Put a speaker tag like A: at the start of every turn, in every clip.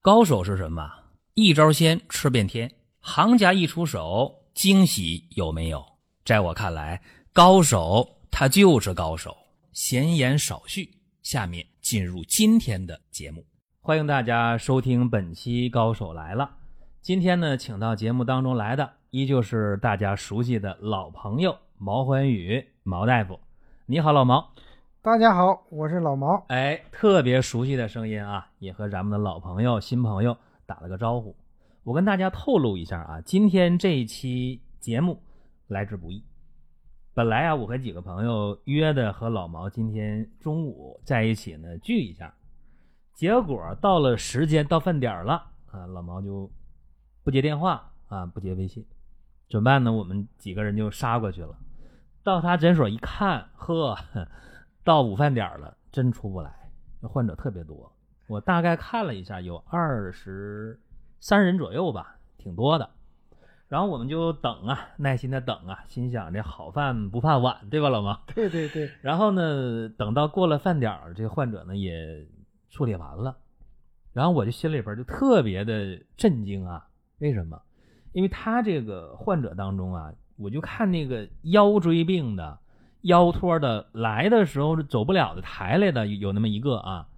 A: 高手是什么？一招鲜吃遍天。行家一出手，惊喜有没有？在我看来，高手他就是高手。闲言少叙，下面进入今天的节目。欢迎大家收听本期《高手来了》。今天呢，请到节目当中来的依旧是大家熟悉的老朋友毛欢宇毛大夫。你好，老毛。
B: 大家好，我是老毛。
A: 哎，特别熟悉的声音啊，也和咱们的老朋友、新朋友打了个招呼。我跟大家透露一下啊，今天这一期节目来之不易。本来啊，我和几个朋友约的和老毛今天中午在一起呢聚一下，结果到了时间到饭点儿了啊，老毛就不接电话啊，不接微信，怎么办呢？我们几个人就杀过去了。到他诊所一看，呵，到午饭点儿了，真出不来，那患者特别多。我大概看了一下，有二十三人左右吧，挺多的。然后我们就等啊，耐心的等啊，心想这好饭不怕晚，对吧，老毛？
B: 对对对，
A: 然后呢，等到过了饭点儿，这患者呢也处理完了，然后我就心里边就特别的震惊啊！为什么？因为他这个患者当中啊，我就看那个腰椎病的、腰托的，来的时候是走不了的、抬来的，有那么一个啊，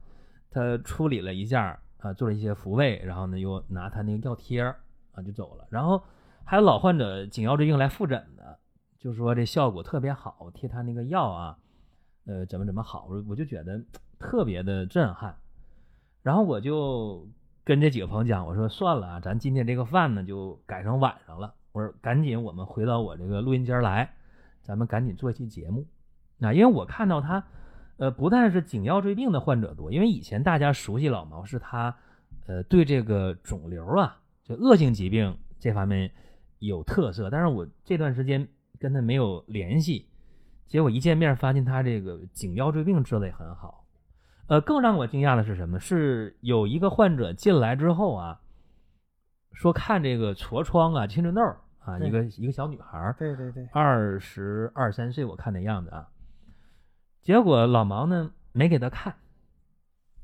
A: 他处理了一下啊，做了一些抚慰，然后呢又拿他那个药贴儿啊就走了。然后还有老患者颈腰椎病来复诊的，就说这效果特别好，贴他那个药啊，呃，怎么怎么好，我我就觉得特别的震撼。然后我就跟这几个朋友讲，我说算了啊，咱今天这个饭呢就改成晚上了。我说赶紧我们回到我这个录音间来，咱们赶紧做一期节目。啊，因为我看到他，呃，不但是颈腰椎病的患者多，因为以前大家熟悉老毛是他，呃，对这个肿瘤啊，就恶性疾病这方面有特色，但是我这段时间跟他没有联系，结果一见面发现他这个颈腰椎病治的也很好。呃，更让我惊讶的是什么？是有一个患者进来之后啊，说看这个痤疮啊、青春痘儿啊，
B: 对
A: 一个一个小女孩儿，
B: 对对对，
A: 二十二三岁，我看那样子啊。结果老毛呢没给他看，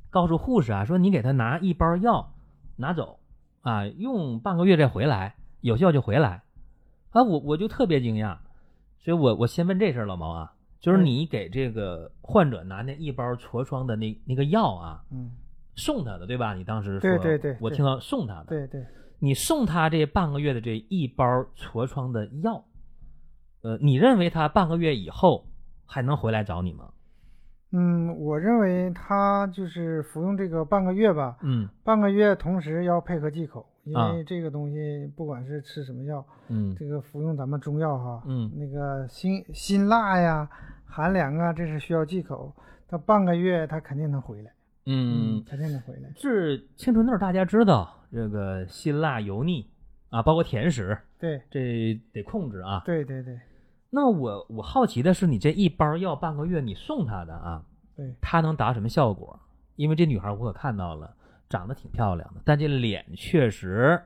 A: 告诉护士啊说你给他拿一包药拿走啊，用半个月再回来，有效就回来。啊，我我就特别惊讶，所以我我先问这事儿，老毛啊，就是
B: 嗯
A: 你给这个患者拿那一包痤疮的那那个药啊，
B: 嗯，
A: 送他的对吧？你当时说
B: 对对对
A: 我听到送他的，
B: 对对，
A: 你送他这半个月的这一包痤疮的药，呃，你认为他半个月以后还能回来找你吗？
B: 嗯，我认为他就是服用这个半个月吧，
A: 嗯
B: 半个月同时要配合忌口，因
A: 啊
B: 为这个东西不管是吃什么药，
A: 嗯
B: 这个服用咱们中药哈，
A: 嗯
B: 那个辛辛辣呀、寒凉啊，这是需要忌口。他半个月他肯定能回来，
A: 嗯，
B: 肯定能回来。
A: 治青春痘大家知道，这个辛辣油腻啊，包括甜食，
B: 对
A: 这得控制啊。
B: 对对对
A: 那我我好奇的是，你这一包药半个月你送他的啊，
B: 对，
A: 他能达什么效果？因为这女孩我可看到了，长得挺漂亮的，但这脸确实，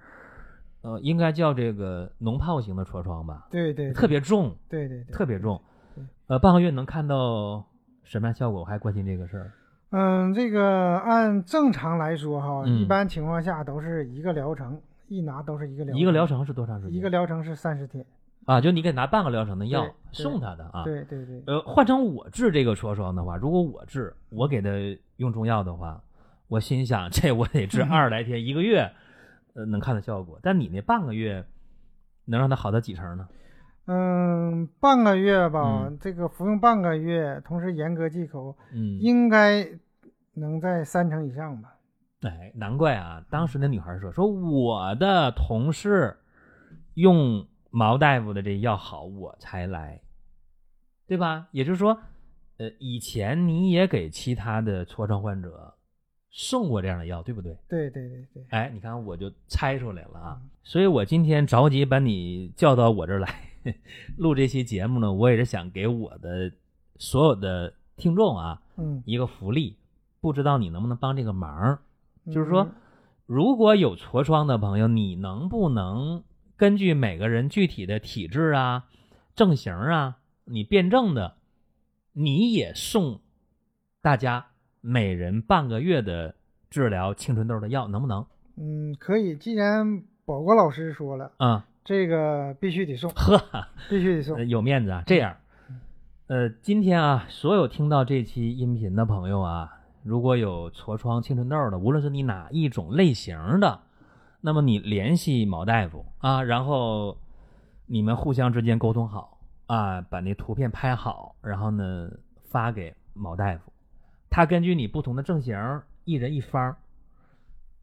A: 呃，应该叫这个脓疱型的痤疮吧？
B: 对对
A: 特别重，
B: 对对对。
A: 特别重
B: 对。
A: 呃，半个月能看到什么样效果？我还关心这个事儿。
B: 嗯，这个按正常来说哈，
A: 嗯
B: 一般情况下都是一个疗程，一拿都是一个疗
A: 一个疗程是多长时间？
B: 一个疗程是三十天。
A: 啊，就你给拿半个疗程的药
B: 对对
A: 送他的啊。
B: 对对对，
A: 呃，换成我治这个痤疮的话，如果我治，我给他用中药的话，我心想这我得治二十来天，一个月，呃，能看到效果。但你那半个月，能让他好到几成呢？
B: 嗯，半个月吧，
A: 嗯
B: 这个服用半个月，同时严格忌口，
A: 嗯，
B: 应该能在三成以上吧。
A: 哎，难怪啊！当时那女孩说：“说我的同事用毛大夫的这药好，我才来，对吧？”也就是说，呃，以前你也给其他的痤疮患者送过这样的药，对不对？
B: 对对对对，
A: 哎，你看我就猜出来了啊！所以我今天着急把你叫到我这儿来 录这期节目呢，我也是想给我的所有的听众啊
B: 嗯，
A: 一个福利，不知道你能不能帮这个忙儿。就是
B: 嗯
A: 说，如果有痤疮的朋友，你能不能根据每个人具体的体质啊、症型啊，你辩证的，你也送大家每人半个月的治疗青春痘的药，能不能？
B: 嗯，可以。既然保国老师说了，
A: 啊、
B: 这个必须得送，
A: 呵，
B: 必须得送
A: 呃。有面子啊。这样，呃，今天啊，所有听到这期音频的朋友啊，如果有痤疮、青春痘的，无论是你哪一种类型的，那么你联系毛大夫啊，然后你们互相之间沟通好啊，把那图片拍好，然后呢发给毛大夫，他根据你不同的症型，一人一方，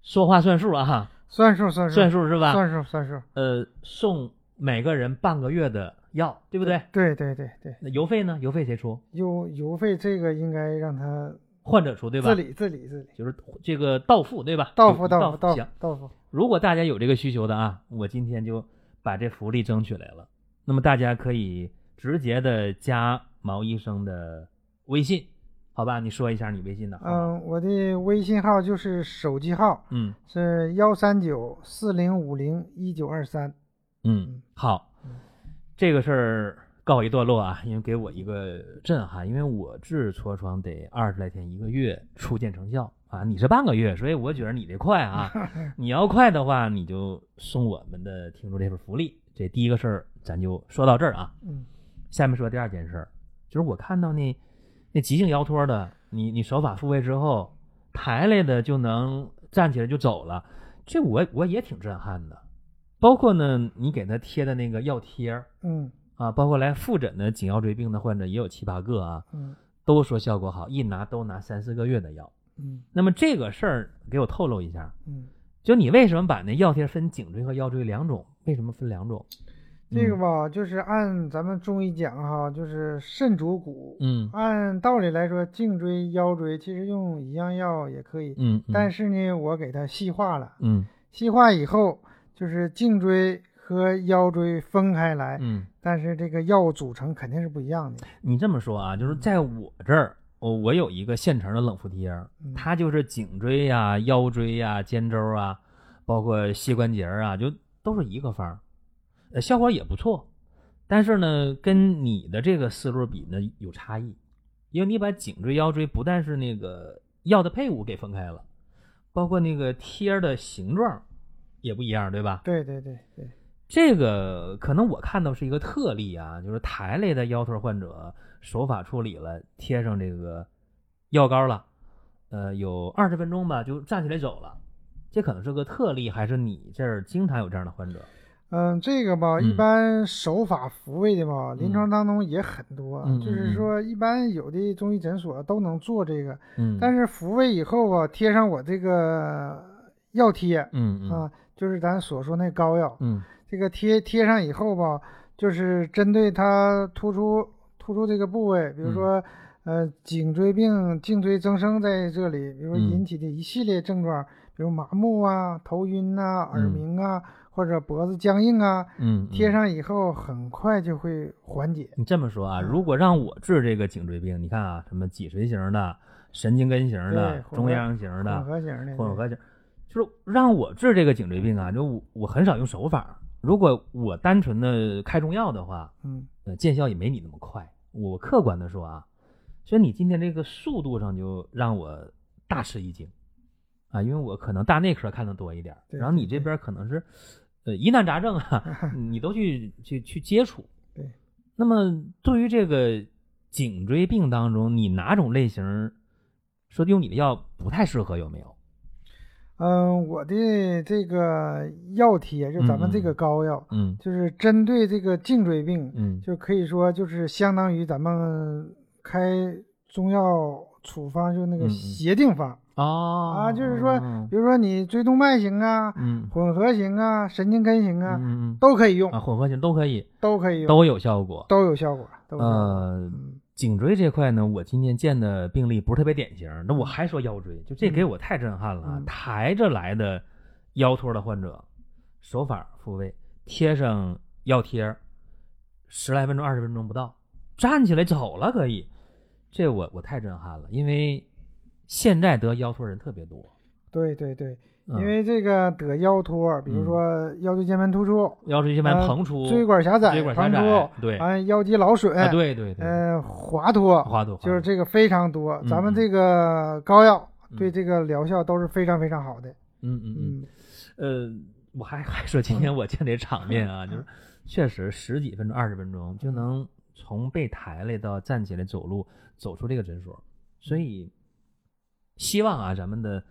A: 说话算数啊，
B: 算数，算数，
A: 算数是啊吧？
B: 算数，算数，
A: 呃，送每个人半个月的药，对不对？
B: 对对对对，
A: 那邮费呢？邮费谁出？
B: 邮邮费这个应该让他
A: 患者出，对吧
B: 自？理自理自理。
A: 就是这个到付，对吧？
B: 到付
A: 嗯到
B: 到付到付
A: 行，
B: 到付，
A: 如果大家有这个需求的啊，我今天就把这福利争取来了。那么大家可以直接的加毛医生的微信，好吧？你说一下你微信的号码。
B: 嗯，我的微信号就是手机号
A: 嗯
B: 是幺三九四零五零一九二三。
A: 嗯，好，这个事儿告一段落啊，因为给我一个震撼，因为我治痤疮得二十来天一个月初见成效啊，你是半个月，所以我觉得你这快 啊，你要快的话，你就送我们的听众这份福利。这第一个事儿咱就说到这儿啊，
B: 嗯，
A: 下面说第二件事儿，就是我看到那那急性腰脱的，你你手法复位之后抬来的就能站起来就走了，这我我也挺震撼的。包括呢，你给他贴的那个药贴儿
B: 嗯
A: 啊，包括来复诊的颈腰椎病的患者也有七八个啊，
B: 嗯
A: 都说效果好，一拿都拿三四个月的药。
B: 嗯
A: 那么这个事儿给我透露一下，
B: 嗯，
A: 就你为什么把那药贴分颈椎和腰椎两种？为什么分两种？
B: 这
A: 嗯
B: 个吧，就是按咱们中医讲哈，就是肾主骨。
A: 嗯
B: 按道理来说，颈椎、腰椎其实用一样药也可以，
A: 嗯，
B: 但
A: 是
B: 是呢，我给它细化了。
A: 嗯
B: 细化以后，就是颈椎和腰椎分开来，
A: 嗯，
B: 但是这个药组成肯定是不一样的。
A: 你这么说啊，就是在我这儿，我我有一个现成的冷敷贴儿，
B: 嗯
A: 它就是颈椎呀、腰椎呀、肩周啊，包括膝关节儿啊，就都是一个方儿，呃，效果也不错。但是呢，跟你的这个思路比呢有差异，因为你把颈椎、腰椎不但是那个药的配伍给分开了，包括那个贴儿的形状也不一样，对吧？
B: 对对对对，
A: 这个可能我看到是一个特例啊，就是台类的腰腿患者手法处理了，贴上这个药膏了，呃，有二十分钟吧就站起来走了，这可能是个特例，还是你这儿经常有这样的患者？
B: 嗯，这个吧，
A: 嗯
B: 一般手法复位的吧，临床当中也很多，啊
A: 嗯嗯
B: 就是说一般有的中医诊所都能做这个，
A: 嗯，
B: 但
A: 是
B: 是复位以后吧，贴上我这个药贴
A: 嗯嗯
B: 啊，就是咱所说那膏药，
A: 嗯
B: 这个贴贴上以后吧，就是针对它突出突出这个部位，
A: 嗯
B: 比如说、呃颈椎病、颈椎增生在这里，比如
A: 嗯
B: 引起的一系列症状，比如麻木啊、头晕呐、耳
A: 嗯
B: 鸣啊，或者脖子僵硬啊，
A: 嗯，
B: 贴
A: 嗯。
B: 上以后很快就会缓解。
A: 你这么说
B: 嗯
A: 啊，如果让我治这个颈椎病，你看啊，什么脊髓型的、神经根型的
B: 对、混合
A: 中央型的
B: 混、合型的，
A: 混合型，就是让我治这个颈椎病啊，就我我很少用手法。如果我单纯的开中药的话，
B: 嗯，
A: 呃，见效也没你那么快。我客观的说啊，所以你今天这个速度上就让我大吃一惊啊，因为我可能大内科看的多一点儿，
B: 对
A: 然后你这边可能是呃疑难杂症 啊，你都去去去接触。
B: 对，
A: 那么对于这个颈椎病当中，你哪种类型儿说用你的药不太适合有没有？
B: 嗯，我的这个药贴就咱们这
A: 嗯嗯
B: 个膏药，
A: 嗯
B: 就是针对这个颈椎病，
A: 嗯
B: 就可以说就是相当于咱们开中药处方，就那
A: 嗯
B: 个
A: 嗯
B: 协定方，
A: 哦
B: 啊就是说
A: 嗯
B: 比如说你椎动脉型啊、
A: 嗯
B: 混合型啊、神经根型啊，
A: 嗯嗯
B: 都可以用，
A: 啊，混合型都可以，
B: 都可以用，都
A: 都有效果。
B: 有效果，都有效果。
A: 呃，
B: 嗯
A: 颈椎这块呢，我今天见的病例不是特别典型。那我还说腰椎，就这给
B: 嗯
A: 我太震撼了啊！
B: 嗯
A: 抬着来的腰托的患者，手法复位，贴上药贴儿，十来分钟、二十分钟不到，站起来走了可以。这我我太震撼了，因为现在得腰托人特别多，
B: 对对对，
A: 嗯
B: 因为这个得腰托，比如说腰椎间盘突出、
A: 腰椎间盘
B: 呃
A: 膨出、
B: 椎管狭窄、
A: 椎管狭
B: 膨
A: 窄
B: 出，，
A: 对啊，
B: 完腰肌劳损，
A: 对对对，
B: 呃，滑脱，
A: 花朵
B: 就是
A: 这，
B: 这个非常多。
A: 嗯
B: 咱们这个膏药
A: 嗯
B: 对这个疗效都是非常非常好的。
A: 嗯嗯嗯。
B: 嗯
A: 呃，我还 还说今天我见这场面啊，
B: 嗯
A: 就是确实十几分钟、二十分钟就能从被抬来到站起来走路，走出这个诊所。
B: 嗯
A: 所以，希望啊，咱们的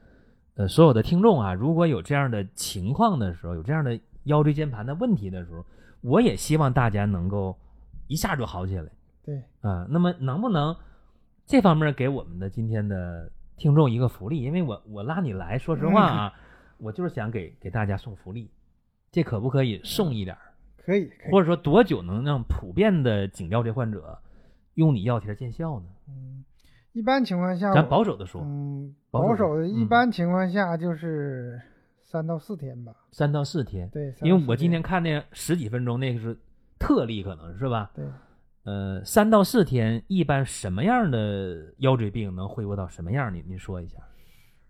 A: 呃所有的听众啊，如果有这样的情况的时候，有这样的腰椎间盘的问题的时候，我也希望大家能够一下就好起来。
B: 对，
A: 啊，那么能不能这方面给我们的今天的听众一个福利？因为我我拉你来，说实话 啊，我就是想给给大家送福利，这可不可以送一点儿？
B: 可以，可以，
A: 或者说多久能让普遍的颈腰椎患者用你药贴见效呢？
B: 嗯，一般情况下我，
A: 咱保守的说，
B: 嗯，
A: 保守
B: 保守的，
A: 嗯
B: 一般情况下就是三到四天吧。
A: 三到四天，
B: 对，三
A: 因
B: 到
A: 为
B: 四
A: 我今天看那十几分钟那个是特例，可能是吧？
B: 对，
A: 呃，三到四天，一般什么样的腰椎病能恢复到什么样？你你说一下。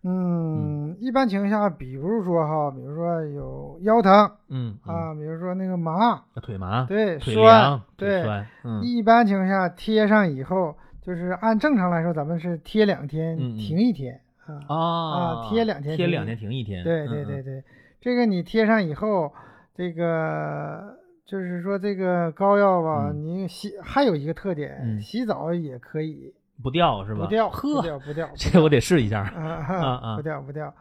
B: 嗯，一般情况下，比如说哈，比如说有腰疼
A: 嗯，
B: 啊，比如说那个麻，
A: 嗯腿麻，
B: 对，
A: 腿
B: 酸
A: 凉，，腿
B: 对，
A: 酸，嗯，
B: 一般情况下贴上以后，就是按正常来说，咱们是贴两天
A: 嗯嗯
B: 停一天啊，
A: 啊
B: 啊贴两天
A: 贴
B: 停
A: 两
B: 一
A: 天停一天，
B: 对
A: 嗯
B: 对
A: 嗯
B: 对对，这个你贴上以后，这个就是说这个膏药吧，
A: 嗯
B: 你洗还有一个特点，
A: 嗯
B: 洗澡也可以
A: 不掉是吧？
B: 不掉，不
A: 呵，
B: 掉不掉，
A: 这我得试一下。啊
B: 啊，不掉不掉。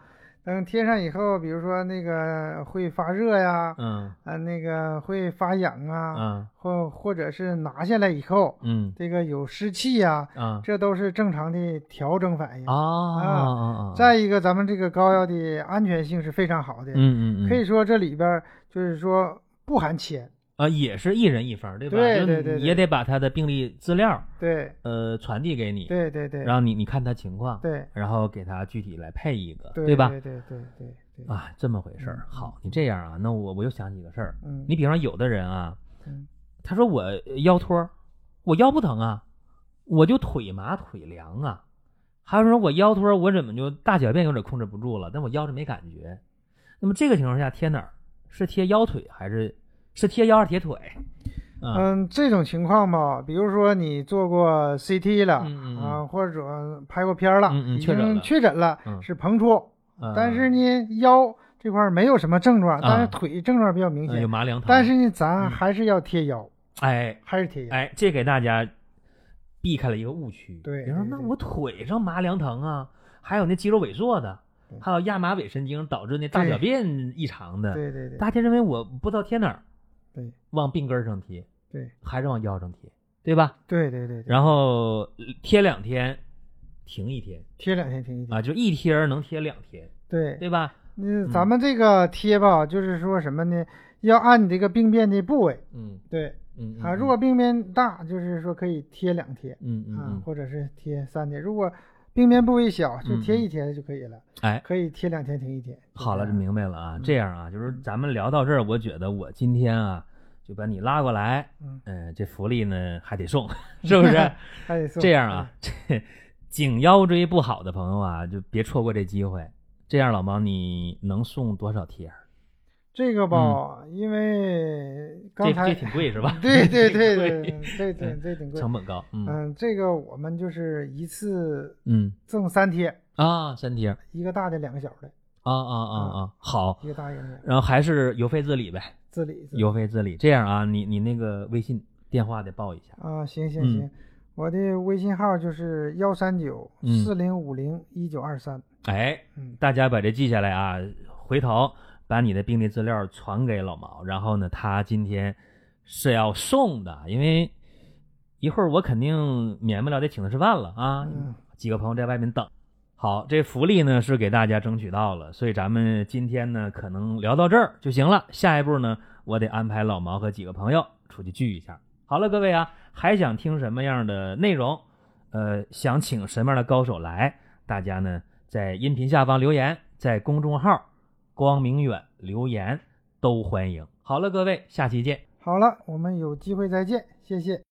B: 等贴上以后，比如说那个会发热呀，
A: 嗯
B: 啊，那个会发痒啊，
A: 嗯
B: 或或者是拿下来以后，
A: 嗯
B: 这个有湿气呀，
A: 啊
B: 这都是正常的调整反应
A: 啊。啊啊！
B: 再一个，咱们这个膏药的安全性是非常好的，
A: 嗯嗯嗯，
B: 可以说这里边儿就是说不含铅，
A: 啊，也是一人一份儿，对吧？
B: 对
A: 就
B: 对
A: 你
B: 对对
A: 也得把他的病历资料
B: 对
A: 呃传递给你，
B: 对对对
A: 然后你你看他情况，
B: 对
A: 然后给他具体来配一个，
B: 对
A: 吧？
B: 对对对对对，
A: 啊，这么回事儿。好，你这样啊，那我我又想起个事儿，
B: 嗯，
A: 你比方有的人啊
B: 嗯，
A: 他说我腰托儿，我腰不疼啊，我就腿麻腿凉啊。还有人说我腰托儿，我怎么就大小便有点控制不住了，但我腰是没感觉。那么这个情况下贴哪儿？是贴腰腿还是是贴腰还是贴腿？啊，
B: 嗯，这种情况吧，比如说你做过 CT 了
A: 嗯嗯嗯
B: 啊，或者拍过片儿了，
A: 嗯嗯
B: 已
A: 确诊
B: 经
A: 了
B: 确诊了
A: 嗯
B: 是膨出，
A: 呃
B: 但是呢腰这块儿没有什么症状，
A: 啊
B: 但是腿症状比较明
A: 呃有
B: 显，
A: 麻凉疼，
B: 但是呢咱
A: 嗯
B: 还是要贴腰，
A: 哎
B: 还是贴腰，
A: 哎，这给大家避开了一个误区。
B: 对
A: 比如说
B: 对
A: 那
B: 对
A: 我腿上麻凉疼啊，还有那肌肉萎缩的
B: 对，
A: 还有亚麻尾神经导致那大
B: 对
A: 小便异常的，
B: 对对对
A: 大家认为我不知道贴哪儿，
B: 对，
A: 往病根儿上贴，
B: 对，
A: 还是往腰上贴，对吧？
B: 对对对对，
A: 然后呃贴两天，停一天
B: 贴两天停一天，
A: 啊，就一贴儿能贴两天，
B: 对，
A: 对吧？
B: 那
A: 嗯
B: 咱们这个贴吧，就是说什么呢？要按你这个病变的部位，
A: 嗯
B: 对
A: 嗯
B: 啊，
A: 嗯
B: 如果病变大，就是说可以贴两贴
A: 嗯嗯
B: 啊
A: 嗯，，
B: 或者是贴三贴。如果病变部位小，就贴一贴就可以了。
A: 嗯哎
B: 可以贴两天停一天。
A: 好了，
B: 就
A: 就
B: 这
A: 明
B: 样
A: 白了啊。
B: 嗯
A: 这样啊，就是咱们聊到这儿，我觉得我今天啊就把你拉过来，
B: 嗯
A: 呃，这福利呢还得送， 是不是？
B: 还 得送嗯
A: 这样啊，，这颈腰椎不好的朋友啊，就别错过这机会。这样，老毛你能送多少贴儿？
B: 这个吧，因为
A: 嗯这
B: 刚
A: 这
B: 才？
A: 挺贵是吧
B: 对对对
A: 挺
B: 对
A: 贵，
B: 这挺这挺贵。
A: 成本高，嗯
B: 嗯，这个我们就是一次
A: 嗯
B: 赠三贴，
A: 啊，三贴儿
B: 一个大的，两个小的，
A: 啊啊啊
B: 嗯
A: 啊，好。
B: 一个大一个小的，
A: 然后还是邮费自理呗，
B: 自理自理
A: 邮费自理。这样啊，你你那个微信电话得报一下。
B: 啊，行行
A: 嗯
B: 行，我的微信号就是幺三九四零五零一九二三。
A: 哎，
B: 嗯，
A: 大家把这记下来啊，回头把你的病历资料传给老毛，然后呢，他今天是要送的，因为一会儿我肯定免不了得请他吃饭了啊，
B: 嗯
A: 几个朋友在外面等。好，这福利呢是给大家争取到了，所以咱们今天呢可能聊到这儿就行了。下一步呢，我得安排老毛和几个朋友出去聚一下。好了，各位啊，还想听什么样的内容？呃，想请什么样的高手来？大家呢在音频下方留言，在公众号“光明远”留言都欢迎。好了，各位，下期见。
B: 好了，我们有机会再见，谢谢。